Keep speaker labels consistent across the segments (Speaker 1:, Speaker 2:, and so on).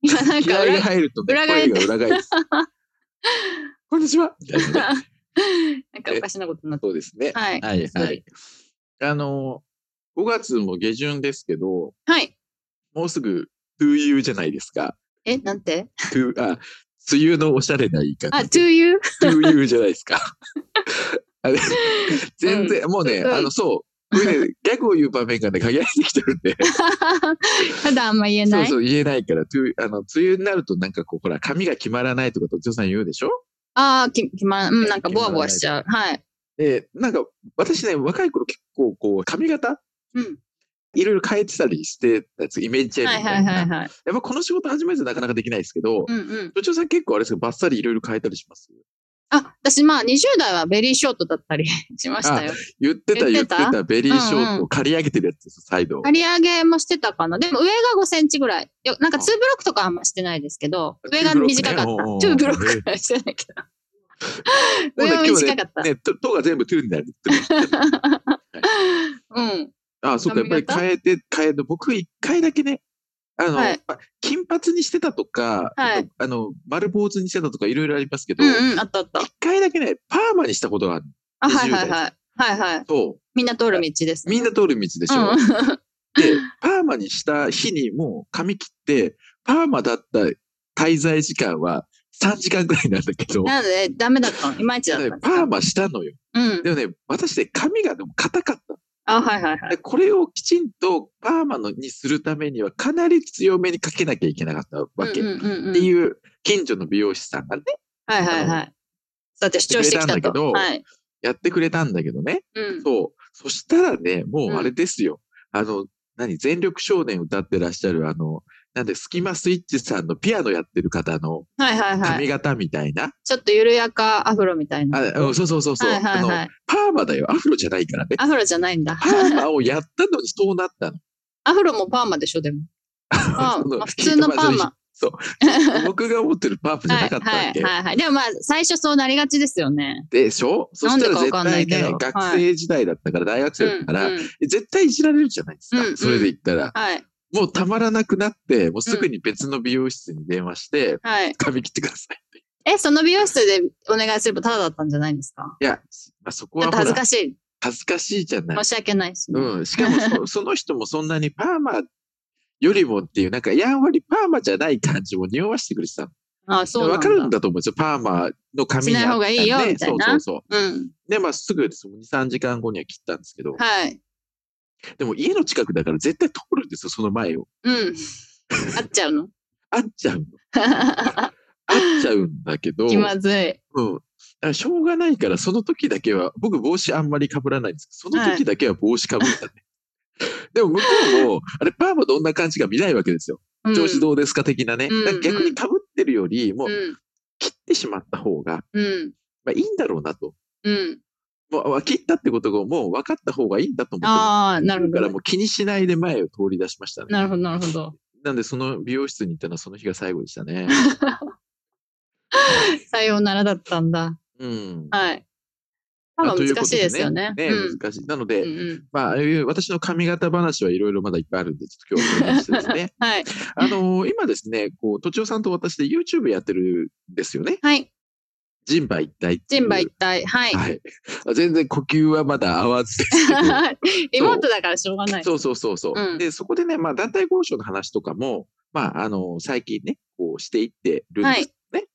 Speaker 1: 今なん
Speaker 2: 気
Speaker 1: か
Speaker 2: 合が
Speaker 1: 裏、
Speaker 2: 入ると、ね、
Speaker 1: 裏
Speaker 2: 声
Speaker 1: 返っ
Speaker 2: が
Speaker 1: て
Speaker 2: 裏返 る。こんにちは。みたいなね
Speaker 1: なんかおかしなことになって
Speaker 2: そうですね。
Speaker 1: は い
Speaker 2: はい、はい。あの、5月も下旬ですけど、
Speaker 1: はい。
Speaker 2: もうすぐ、to you じゃないですか。
Speaker 1: え、なんて
Speaker 2: to, あ、梅雨のおしゃれな言い
Speaker 1: あ、
Speaker 2: 方。
Speaker 1: to you?
Speaker 2: to you じゃないですか。 あれ全然、もうね、
Speaker 1: うん
Speaker 2: あの、そう。これね、ギャグを言う場面がね、限られてきてるん で、
Speaker 1: ただあんま言え
Speaker 2: そう
Speaker 1: ない。
Speaker 2: そう言えないから、to あの、梅雨になるとなんかこう、ほら、髪が決まらないとか、とちさん言うでしょ
Speaker 1: ああ、き、きまん、うん、なんかボワボワしちゃう。はい。
Speaker 2: で、なんか、私ね、若い頃結構こう、髪型
Speaker 1: うん。
Speaker 2: いろいろ変えてたりしてたんですイメージチェンジ
Speaker 1: はい
Speaker 2: みた
Speaker 1: はいい
Speaker 2: な。
Speaker 1: はい
Speaker 2: やっ
Speaker 1: はい。
Speaker 2: ぱこの仕事始めるとなかなかできないですけど、
Speaker 1: うんうん。
Speaker 2: 部長さん結構あれですけど、バッサリいろいろ変えたりします
Speaker 1: あ、私まあ20代はベリーショートだったりしましたよ。
Speaker 2: 言ってた言
Speaker 1: 言
Speaker 2: っ
Speaker 1: っててた
Speaker 2: た、ベリーショー
Speaker 1: うん
Speaker 2: ト
Speaker 1: う
Speaker 2: を刈り上げてるやつです、サイドを。
Speaker 1: 刈り上げもしてたかな。でも上が5センチぐらい。よなんか2ブロックとかあんましてないですけど、上が短かった。
Speaker 2: 2
Speaker 1: 2
Speaker 2: ブ
Speaker 1: ブ
Speaker 2: ロッ
Speaker 1: ロッ
Speaker 2: クね
Speaker 1: クぐらいしてないけど。
Speaker 2: もう
Speaker 1: 上
Speaker 2: ね今日
Speaker 1: は
Speaker 2: ね
Speaker 1: 短かった。
Speaker 2: ね、と、とが全部トゥーになる。
Speaker 1: うん。
Speaker 2: あ、そうか、やっぱり
Speaker 1: 髪型
Speaker 2: 変えて、変えて、僕一回だけね、あの、
Speaker 1: はい
Speaker 2: ま金髪にしてたとか、
Speaker 1: はい
Speaker 2: あの、丸坊主にしてたとかいろいろありますけど、
Speaker 1: うんうん、あったあった。
Speaker 2: 一回だけね、パーマにしたことがある
Speaker 1: あ、
Speaker 2: 20
Speaker 1: はいはいはい。はいはい。
Speaker 2: と、
Speaker 1: みんな通る道です、
Speaker 2: みんな通る道でしょ。
Speaker 1: うん
Speaker 2: で、パーマにした日にもう髪切って、パーマだった滞在時間は3時間ぐらいなんだけど、
Speaker 1: なので、ダメだったの。いまいちだったん
Speaker 2: ね
Speaker 1: です
Speaker 2: パ
Speaker 1: か
Speaker 2: ーマしたのよ。
Speaker 1: うん。
Speaker 2: でもね、私ね、髪がでも硬かった
Speaker 1: あ、はいはいは。い。
Speaker 2: でこれをきちんとパーマのにするためにはかなり強めにかけなきゃいけなかったわけ。
Speaker 1: うんうんうんうん
Speaker 2: っていう近所の美容師さんがね、
Speaker 1: はいはいはい。だって主張してき
Speaker 2: やって
Speaker 1: た
Speaker 2: くれたんだけど
Speaker 1: と。はい。
Speaker 2: やってくれたんだけどね。
Speaker 1: うん。
Speaker 2: そう。そしたらね、もうあれですよ。あの、何、全力少年歌ってらっしゃる、あの、なんで、スキマスイッチさんのピアノやってる方の、
Speaker 1: はいはいは
Speaker 2: 髪
Speaker 1: い。
Speaker 2: 型みたいな。
Speaker 1: ちょっと緩やかアフロみたいな。
Speaker 2: あうんそうそうそうそう、
Speaker 1: はいはい
Speaker 2: あ
Speaker 1: は
Speaker 2: の。
Speaker 1: い。
Speaker 2: パーマだよ。アフロじゃないからね。
Speaker 1: アフロじゃないんだ。
Speaker 2: パーマをやったのにそうな ったの。
Speaker 1: アフロもパーマでしょ、でも。パ
Speaker 2: そ
Speaker 1: ーマ
Speaker 2: の
Speaker 1: まあ普通のパーマ。
Speaker 2: そう。僕が思ってるパーマじゃ
Speaker 1: は
Speaker 2: ないかったわ
Speaker 1: はい
Speaker 2: け。
Speaker 1: はいはい。でもまあ、最初そうなりがちですよね。
Speaker 2: でしょそしたら
Speaker 1: なんで
Speaker 2: 絶
Speaker 1: かわかんな
Speaker 2: 対
Speaker 1: いけど
Speaker 2: ね、学生時代だったから、大学
Speaker 1: う
Speaker 2: 生
Speaker 1: ん
Speaker 2: だったか。ら、
Speaker 1: うん
Speaker 2: 絶対いじられるじゃないですか。
Speaker 1: うんうん
Speaker 2: それで言ったら、
Speaker 1: はい。
Speaker 2: もうたまらなくなって、もうすぐに別の美容室に電話して、
Speaker 1: はい。
Speaker 2: 髪切ってくださいって。
Speaker 1: え、その美容室でお願いすればタダだったんじゃないんですか
Speaker 2: いや、まあ、そこ
Speaker 1: ち
Speaker 2: は
Speaker 1: ょっと
Speaker 2: ほ
Speaker 1: 恥ず
Speaker 2: ら
Speaker 1: かしい。
Speaker 2: 恥ずかしいじゃない
Speaker 1: 申。し訳ないし。
Speaker 2: うん、しかも そその人もそんなにパーマよりもっていう、なんかやんわりパーマじゃない感じも匂わしてくれてたの。
Speaker 1: ああそうなん
Speaker 2: わ
Speaker 1: だ。
Speaker 2: かるんだと思うんですよ、パーマの髪に
Speaker 1: しない
Speaker 2: 合
Speaker 1: 方
Speaker 2: った
Speaker 1: がいいよみたいな
Speaker 2: そうそうそ
Speaker 1: うん。
Speaker 2: う。で、まあすぐです2、3時間後には切ったんですけど、
Speaker 1: はい。
Speaker 2: でも家の近くだから絶対通るんですよ、その前を。
Speaker 1: うん。合っちゃ うの
Speaker 2: 会っちゃうの。会っちゃうんだけど、
Speaker 1: 気まずい。
Speaker 2: うん。だからしょうがないから、その時だけは、僕帽子あんまり被らないんですけど、その時だけは帽子被ったね。でも向こうも、あれパーマどんな感じか見ないわけですよ。
Speaker 1: うん
Speaker 2: 調子どうですか的なね。
Speaker 1: うん
Speaker 2: だから逆に被ってるより、も
Speaker 1: う。
Speaker 2: うん切ってしまった方が、
Speaker 1: うん。
Speaker 2: まあいいんだろうなと。
Speaker 1: うん。
Speaker 2: もうあ切ったってことがもう分かった方がいいんだと思ってる。
Speaker 1: ああ、なる
Speaker 2: だ
Speaker 1: ほ
Speaker 2: から
Speaker 1: ど
Speaker 2: も。う気にしないで前を通り出しましたね。
Speaker 1: なるほど、なるほど。
Speaker 2: なんでその美容室に行ったのはその日が最後でした ね。
Speaker 1: さようならだったんだ。
Speaker 2: うん。
Speaker 1: はい。
Speaker 2: ま
Speaker 1: 多
Speaker 2: あ
Speaker 1: 分難しいですよね。
Speaker 2: ということでねね難しい。なので、
Speaker 1: うん。うんうん。
Speaker 2: まあ、ああいう私の髪型話はいろいろまだいっぱいあるんで、ちょっと今日はこの話ですね。
Speaker 1: はい。
Speaker 2: あのー今ですね、こう、とちおさんと私で YouTube やってるんですよね。
Speaker 1: はい。
Speaker 2: 人馬一体ってい
Speaker 1: 人
Speaker 2: う。
Speaker 1: 馬一体。はい。
Speaker 2: はい。全然呼吸はまだ合わずですけど。
Speaker 1: リモートだからしょうがない。
Speaker 2: そうそうそうそう。
Speaker 1: うん
Speaker 2: で、そこでね、まあ、団体交渉の話とかも、まあ、あの、最近ね、こうしていってるんですけどね。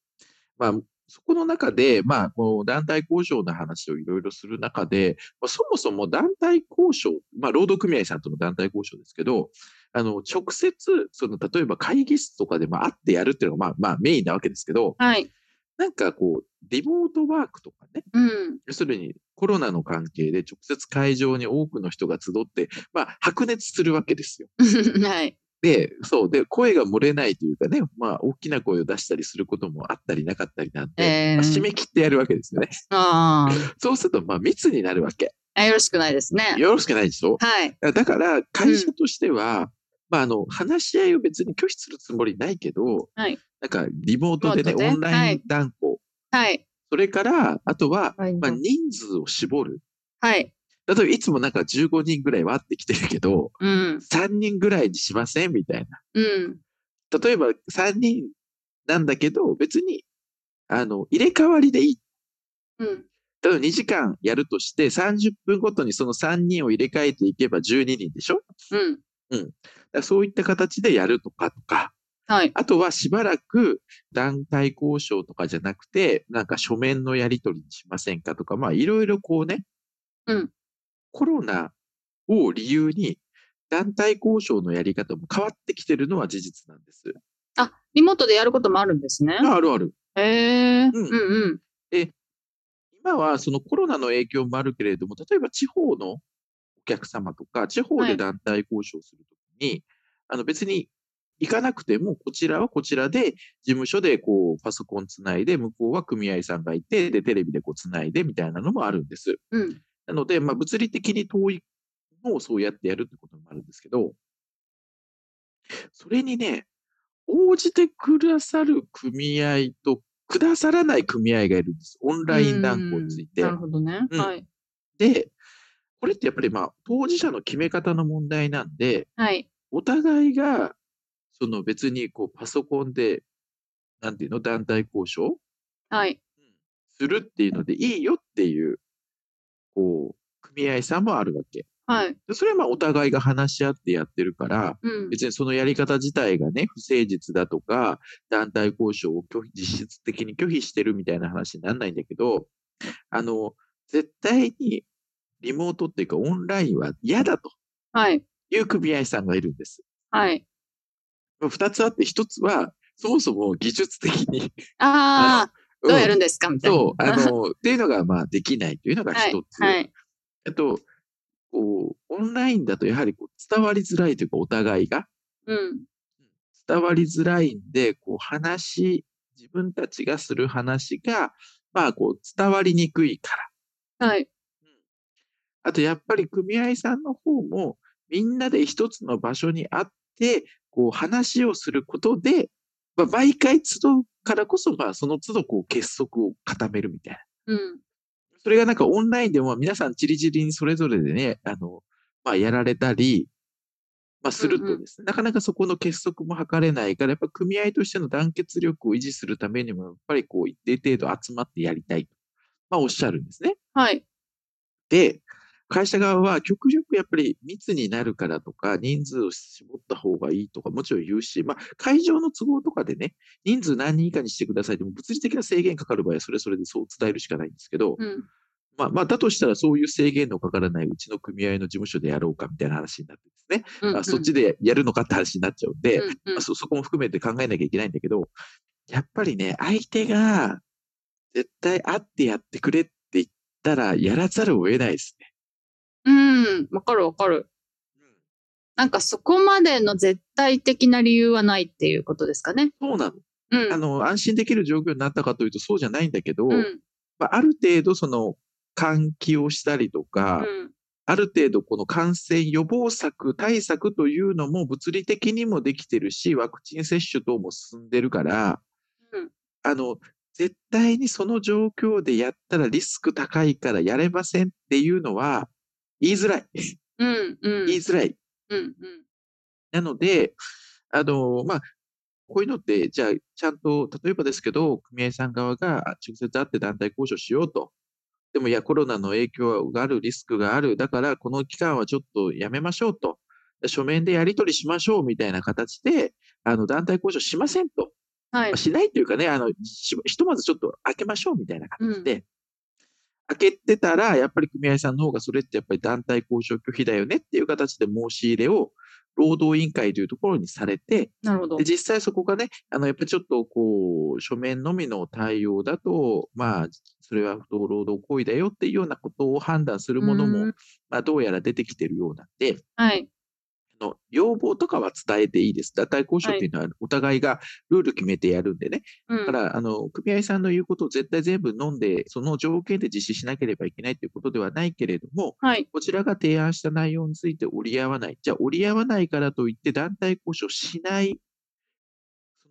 Speaker 2: まあ、そこの中で、まあ、こう団体交渉の話をいろいろする中で、まあ、そもそも団体交渉、まあ、労働組合さんとの団体交渉ですけど、あの、直接、その、例えば会議室とかで、まあ、会ってやるっていうのが、まあ、まあ、メインなわけですけど、
Speaker 1: はい。
Speaker 2: なんかこう、リモートワークとかね、
Speaker 1: うん。
Speaker 2: 要するにコロナの関係で直接会場に多くの人が集って、まあ、白熱するわけですよ。
Speaker 1: はい。
Speaker 2: で、そう、で、声が漏れないというかね、まあ、大きな声を出したりすることもあったりなかったりなんで、
Speaker 1: え
Speaker 2: ま
Speaker 1: ー
Speaker 2: あ締め切ってやるわけですよね。
Speaker 1: あ
Speaker 2: そうすると、まあ、密になるわけ。
Speaker 1: あ。よろしくないですね。
Speaker 2: よろしくないでしょ
Speaker 1: はい。
Speaker 2: だから、会社としては、まあ、あの、話し合いを別に拒否するつもりないけど、
Speaker 1: はい
Speaker 2: なんか、リモートでね、
Speaker 1: リモートで
Speaker 2: オンラ
Speaker 1: は
Speaker 2: イン
Speaker 1: い
Speaker 2: 断交、
Speaker 1: はい。
Speaker 2: それから、あとは、
Speaker 1: はい
Speaker 2: まあ、人数を絞る。
Speaker 1: はい。
Speaker 2: 例えば、いつもなんか15人ぐらいは会ってきてるけど、
Speaker 1: うん。
Speaker 2: 3人ぐらいにしませんみたいな。
Speaker 1: うん。
Speaker 2: 例えば、3人なんだけど、別に、あの、入れ替わりでいい。
Speaker 1: うん。
Speaker 2: 例えば2時間やるとして、30分ごとにその3人を入れ替えていけば12人でしょ
Speaker 1: うん。
Speaker 2: だからそういった形でやるとかとか、
Speaker 1: はい。
Speaker 2: あとはしばらく団体交渉とかじゃなくて、なんか書面のやり取りにしませんかとか、まあいろいろこうね、
Speaker 1: うん
Speaker 2: コロナを理由に団体交渉のやり方も変わってきてるのは事実なんです。
Speaker 1: あ、リモートでやることもあるんですね。
Speaker 2: あるある。
Speaker 1: へえ。
Speaker 2: う
Speaker 1: うんんうん。
Speaker 2: 今はそのコロナの影響もあるけれども、例えば地方のお客様とか、地方
Speaker 1: は
Speaker 2: で
Speaker 1: い
Speaker 2: 団体交渉するときに、あの別に行かなくても、こちらはこちらで、事務所でこうパソコンつないで、向こうは組合さんがいて、で、テレビでこうつないでみたいなのもあるんです。
Speaker 1: うん。
Speaker 2: なので、まあ物理的に遠いのをそうやってやるってこともあるんですけど、それにね、応じてくださる組合と、くださらない組合がいるんです。オンライン断交について。
Speaker 1: うんなるほどね。
Speaker 2: うん
Speaker 1: はい。
Speaker 2: で、これってやっぱりまあ、当事者の決め方の問題なんで、
Speaker 1: はい。
Speaker 2: お互いが、その別にこうパソコンで、なんていうの、団体交渉
Speaker 1: はい。
Speaker 2: するっていうのでいいよっていう、こう、組合さんもあるわけ。
Speaker 1: はい。
Speaker 2: でそれはまあお互いが話し合ってやってるから、
Speaker 1: うん。
Speaker 2: 別にそのやり方自体がね、不誠実だとか、団体交渉を拒否、実質的に拒否してるみたいな話にならないんだけど、あの、絶対にリモートっていうかオンラインは嫌だと
Speaker 1: はい。
Speaker 2: いう組合さんがいるんです。
Speaker 1: はい。
Speaker 2: まあ二つあって、一つは、そもそも技術的に、
Speaker 1: あ あ、どうやるんですかみ
Speaker 2: ん
Speaker 1: たいな。
Speaker 2: そう、あの、っていうのが、まあ、できないというのが
Speaker 1: はい
Speaker 2: 一。つ。
Speaker 1: はい。
Speaker 2: あと、こう、オンラインだとやはりこう伝わりづらいというか、お互いが。
Speaker 1: うん。
Speaker 2: 伝わりづらいんで、こう話、自分たちがする話が、まあこう伝わりにくいから。
Speaker 1: はい。
Speaker 2: あとやっぱり組合さんの方も、みんなで一つの場所にあって、こう話をすることで、まあ、毎回集うからこそ、まあその都度こう結束を固めるみたいな。
Speaker 1: うん。
Speaker 2: それがなんかオンラインでも皆さんチリチリにそれぞれでね、あの、まあやられたり、まあする
Speaker 1: うんう
Speaker 2: と
Speaker 1: ん
Speaker 2: ですね、なかなかそこの結束も図れないから、やっぱ組合としての団結力を維持するためにも、やっぱりこう一定程度集まってやりたいと、まあおっしゃるんですね。
Speaker 1: はい。
Speaker 2: で、会社側は極力やっぱり密になるからとか、人数を絞った方がいいとか、もちろん言うし、まあ会場の都合とかでね、人数何人以下にしてくださいでも物理的な制限かかる場合はそれそれでそう伝えるしかないんですけど、
Speaker 1: うん。
Speaker 2: まあ、まあ、だとしたらそういう制限のかからないうちの組合の事務所でやろうかみたいな話になってですね、
Speaker 1: うん
Speaker 2: あそっちでやるのかって話になっちゃうんで、
Speaker 1: うんうん
Speaker 2: まあ、そそこも含めて考えなきゃいけないんだけど、やっぱりね、相手が絶対会ってやってくれって言ったら、やらざるを得ないですね。
Speaker 1: うん。わかるわかる。なんかそこまでの絶対的な理由はないっていうことですかね。
Speaker 2: そうなの。
Speaker 1: う
Speaker 2: あ
Speaker 1: ん。
Speaker 2: の、安心できる状況になったかというと、そうじゃないんだけど、
Speaker 1: うん。
Speaker 2: まあ、ある程度その、換気をしたりとか、
Speaker 1: うん。
Speaker 2: ある程度この感染予防策、対策というのも物理的にもできてるし、ワクチン接種等も進んでるから、
Speaker 1: うん
Speaker 2: あの、絶対にその状況でやったらリスク高いからやれませんっていうのは言いづらい。
Speaker 1: うん。うん。
Speaker 2: 言いづらい。
Speaker 1: うん。
Speaker 2: なので、あの、まあ、こういうのって、じゃあ、ちゃんと、例えばですけど、組合さん側があ直接会って団体交渉しようと。でも、いや、コロナの影響がある、リスクがある。だから、この期間はちょっとやめましょうと。で書面でやり取りしましょうみたいな形で、あの、団体交渉しませんと。
Speaker 1: はい
Speaker 2: まあ。しないというかね、あの、しひとまずちょっと開けましょうみたいな感じで、開けてたら、やっぱり組合さんの方がそれってやっぱり団体交渉拒否だよねっていう形で申し入れを労働委員会というところにされて、
Speaker 1: なるほど
Speaker 2: で。実際そこがね、あの、やっぱりちょっとこう、書面のみの対応だと、まあ、それは不当労働行為だよっていうようなことを判断するもの
Speaker 1: う
Speaker 2: も
Speaker 1: ん、
Speaker 2: まあ、どうやら出てきてるようなんで、
Speaker 1: はい。
Speaker 2: の要望とかは伝えていいです。団体交渉っていうのはお互いがルール決めてやるんでね。
Speaker 1: うん
Speaker 2: だから、あの、組合さんの言うことを絶対全部飲んで、その条件で実施しなければいけないということではないけれども、
Speaker 1: はい。
Speaker 2: こちらが提案した内容について折り合わない。じゃあ折り合わないからといって団体交渉しない。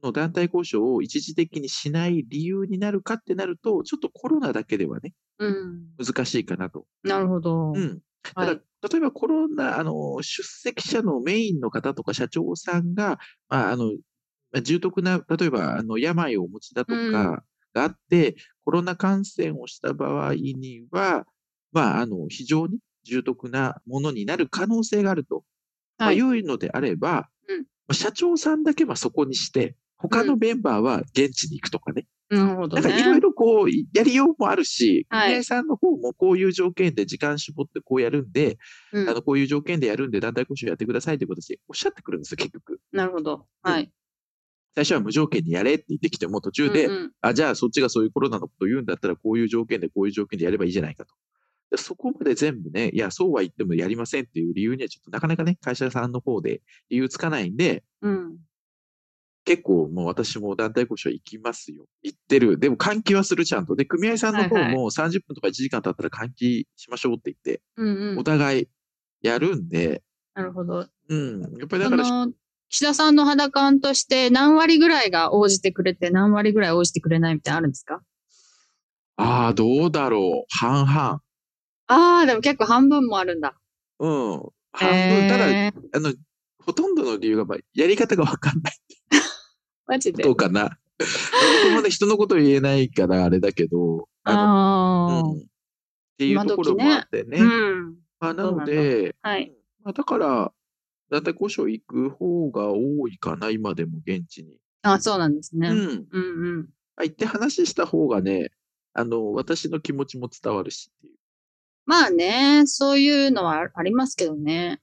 Speaker 2: その団体交渉を一時的にしない理由になるかってなると、ちょっとコロナだけではね、
Speaker 1: うん。
Speaker 2: 難しいかなと。
Speaker 1: なるほど。
Speaker 2: うん。た
Speaker 1: は
Speaker 2: だ、
Speaker 1: い。
Speaker 2: 例えばコロナ、あの、出席者のメインの方とか社長さんが、まあ、あの、まあ重篤な、例えば、あの、病をお持ちだと
Speaker 1: うん
Speaker 2: かがあって、コロナ感染をした場合には、まあ、あの、非常に重篤なものになる可能性があると、まあ、
Speaker 1: はいい。
Speaker 2: うのであれば、
Speaker 1: うん
Speaker 2: まあ社長さんだけはそこにして、他の
Speaker 1: う
Speaker 2: メンバーは現地に行くとかね。
Speaker 1: なるほど
Speaker 2: なん
Speaker 1: ね。
Speaker 2: かいろいろこう、やりようもあるし、
Speaker 1: はい
Speaker 2: 組合さんの方もこういう条件で時間絞ってこうやるんで、
Speaker 1: うん
Speaker 2: あの、こういう条件でやるんで団体交渉やってくださいという形でおっしゃってくるんですよ、結局。
Speaker 1: なるほど。
Speaker 2: うん
Speaker 1: はい。
Speaker 2: 最初は無条件にやれって言ってきても途中で、
Speaker 1: うんうん
Speaker 2: あ、じゃあそっちがそういうコロナのことを言うんだったらこういう条件でこういう条件でやればいいじゃないかと。でそこまで全部ね、いや、そうは言ってもやりませんっていう理由にはちょっとなかなかね、会社さんの方で理由つかないんで、
Speaker 1: うん。
Speaker 2: 結構もう私も団体交渉行きますよ。行ってる。でも換気はするちゃんと。で、組合さんの方
Speaker 1: はいはい
Speaker 2: も30分とか1時間経ったら換気しましょうって言って、
Speaker 1: うんうん
Speaker 2: お。互いやるんで、
Speaker 1: なるほど。
Speaker 2: うん。やっぱりだ
Speaker 1: そ
Speaker 2: から、
Speaker 1: の、岸田さんの肌感として何割ぐらいが応じてくれて何割ぐらい応じてくれないみたいなのあるんですか
Speaker 2: ああ、どうだろう。半々。
Speaker 1: ああ、でも結構半分もあるんだ。
Speaker 2: うん。半分。
Speaker 1: え
Speaker 2: ただ、
Speaker 1: ー、
Speaker 2: あの、ほとんどの理由が、まあ、やり方がわかんない
Speaker 1: マジで
Speaker 2: ことかな。僕もね、人のこと言えないから、あれだけど、あの
Speaker 1: ああ、
Speaker 2: うん。っていうところもあってね。
Speaker 1: うん。
Speaker 2: まあ、な
Speaker 1: そう
Speaker 2: の
Speaker 1: なんだ
Speaker 2: で、
Speaker 1: はい。
Speaker 2: まあ、だから、団体交渉行く方が多いかな、今でも現地に。
Speaker 1: あそうなんですね。
Speaker 2: う
Speaker 1: うん
Speaker 2: ん。
Speaker 1: うん。
Speaker 2: あ行って話した方がね、あの、私の気持ちも伝わるしっていう。
Speaker 1: まあね、そういうのはあありますけどね。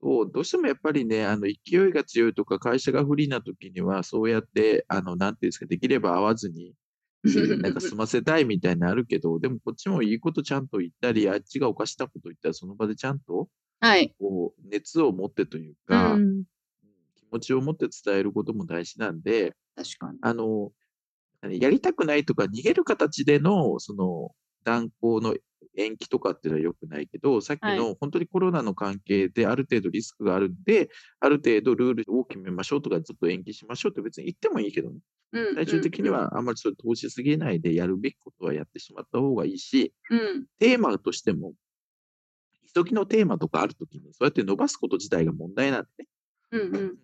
Speaker 2: そうどうしてもやっぱりね、あの勢いが強いとか、会社が不利な時には、そうやって、あのなんていうんですか、できれば会わずに、 うんなんか済ませたいみたいなのあるけど、でもこっちもいいことちゃんと言ったり、あっちがおかしたこと言ったら、その場でちゃんと
Speaker 1: はい。
Speaker 2: こう熱を持ってという
Speaker 1: う
Speaker 2: か、
Speaker 1: ん。
Speaker 2: 気持ちを持って伝えることも大事なんで、
Speaker 1: 確かに。
Speaker 2: あの、やりたくないとか、逃げる形での、その、断交の延期とかっていうのは良くないけど、さっき
Speaker 1: は
Speaker 2: の本当にコロナの関係である程度リスクがあるんで、ある程度ルールを決めましょうとか、ちょっと延期しましょうって別に言ってもいいけどね。
Speaker 1: うん
Speaker 2: 最終的に。はあんまりそれ投資すぎないでやるべきことはやってしまった方がいいし、
Speaker 1: うん。
Speaker 2: テーマとしても、一時のテーマとかあるときに、そうやって伸ばすこと自体が問題なんでね。
Speaker 1: うんうんうん。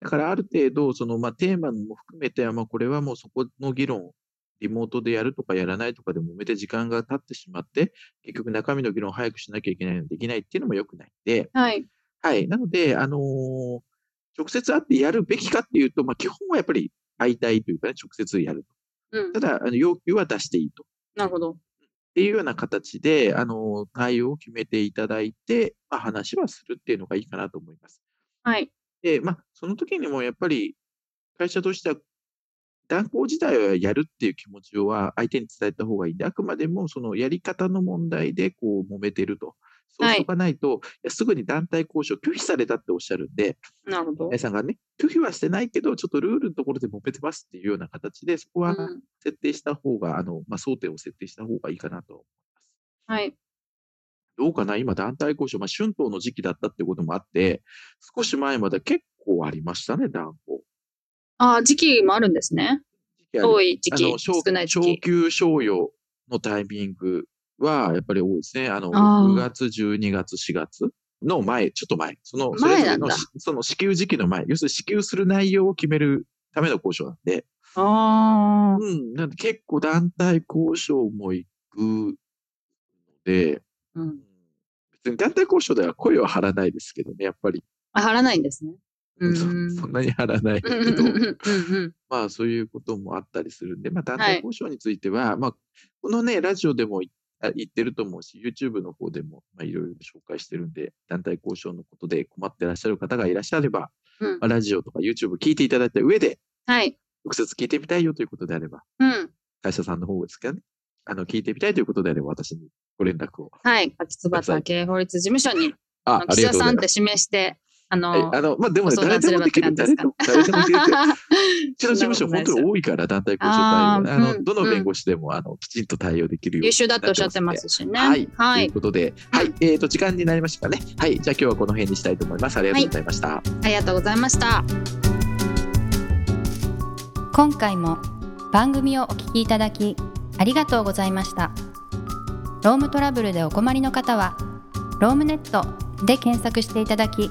Speaker 2: だからある程度、そのまあテーマも含めて、まあ、これはもうそこの議論、リモートでやるとかやらないとかで揉めて時間が経ってしまって、結局中身の議論を早くしなきゃいけないのでできないっていうのも良くないんで、
Speaker 1: はい。
Speaker 2: はい。なので、あのー直接会ってやるべきかっていうと、まあ基本はやっぱり会いたいというかね、直接やる。
Speaker 1: うん
Speaker 2: た。だ、あの要求は出していいと。
Speaker 1: なるほど。
Speaker 2: っていうような形で、あのー、対応を決めていただいて、まあ、話はするっていうのがいいかなと思います。
Speaker 1: はい。
Speaker 2: で、まあ、その時にもやっぱり会社としては、断交自体はやるっていう気持ちは相手に伝えた方がいいんで、あくまでもそのやり方の問題でこう揉めてると。そう
Speaker 1: はい
Speaker 2: しとかないと、いやすぐに団体交渉拒否されたっておっしゃるんで、
Speaker 1: なるほど
Speaker 2: 皆。さんがね、拒否はしてないけど、ちょっとルールのところで揉めてますっていうような形で、そこは
Speaker 1: うん
Speaker 2: 設定した方が、あの、まあ、争点を設定した方がいいかなと思います。
Speaker 1: はい。
Speaker 2: どうかな今、団体交渉、まあ、春闘の時期だったってこともあって、少し前まで結構ありましたね、断交。
Speaker 1: ああ、時期もあるんですね。多い時
Speaker 2: あ
Speaker 1: 期、
Speaker 2: の
Speaker 1: 少
Speaker 2: 昇
Speaker 1: ない時
Speaker 2: 昇
Speaker 1: 期。
Speaker 2: 給賞与のタイミングはやっぱり多いですね。あの、
Speaker 1: あー
Speaker 2: 9月、12月、4月の前、ちょっと前。その、それ
Speaker 1: 前
Speaker 2: ぞれ
Speaker 1: なん
Speaker 2: の
Speaker 1: だ
Speaker 2: し、その支給時期の前。要するに支給する内容を決めるための交渉なんで。
Speaker 1: ああ。
Speaker 2: うん。なんで結構団体交渉も行くので、
Speaker 1: うん。
Speaker 2: 別に団体交渉では声を張らないですけどね、やっぱり。
Speaker 1: あ、張らないんですね。うん。
Speaker 2: そそ んなに張らないけ
Speaker 1: う
Speaker 2: ど
Speaker 1: ん。 うんうんうんうん
Speaker 2: まあそういうこともあったりするんで、まあ団
Speaker 1: は
Speaker 2: 体
Speaker 1: い
Speaker 2: 交渉については、まあこのね、ラジオでもいあ言ってると思うし、YouTube の方でもまあいろいろ紹介してるんで、団体交渉のことで困ってらっしゃる方がいらっしゃれば、
Speaker 1: うん
Speaker 2: まあ、ラジオとか YouTube 聞いていただいた上で、
Speaker 1: はい。
Speaker 2: 直接聞いてみたいよということであれば、
Speaker 1: うん。
Speaker 2: 会社さんの方ですかね、あの聞いてみたいということであれば、私にご連絡を。
Speaker 1: はい。柿椿法律事務所に、
Speaker 2: あ
Speaker 1: あの
Speaker 2: あり
Speaker 1: 岸
Speaker 2: がとうご
Speaker 1: 田
Speaker 2: ざ
Speaker 1: さ
Speaker 2: い
Speaker 1: んっ
Speaker 2: ま
Speaker 1: て
Speaker 2: す。
Speaker 1: 指名して、あの、
Speaker 2: はいあの、まあ、でもね、
Speaker 1: ご相
Speaker 2: 誰
Speaker 1: 談す
Speaker 2: で
Speaker 1: れ
Speaker 2: も
Speaker 1: ば
Speaker 2: できる。
Speaker 1: って感じ
Speaker 2: 誰
Speaker 1: で
Speaker 2: ですも、誰でもできる。うちの事
Speaker 1: そんな
Speaker 2: 務
Speaker 1: こ
Speaker 2: 所、本当
Speaker 1: とないですよ
Speaker 2: に多いから、団体交渉対応。
Speaker 1: あー
Speaker 2: あの、
Speaker 1: うん
Speaker 2: どの弁護士でも、あの、きちんと対応できるように
Speaker 1: 優秀だっておっしゃってますしね。
Speaker 2: はい。
Speaker 1: は
Speaker 2: という
Speaker 1: い。
Speaker 2: ことで、はい、えっ、と、時間になりましたかね。はい、じゃあ今日はこの辺にしたいと思います。ありがとうございました。
Speaker 1: ありがとうございました。
Speaker 3: 今回も番組をお聞きいただきありがとうございましたロームトラブルでお困りの方は「ロームネット」で検索していただき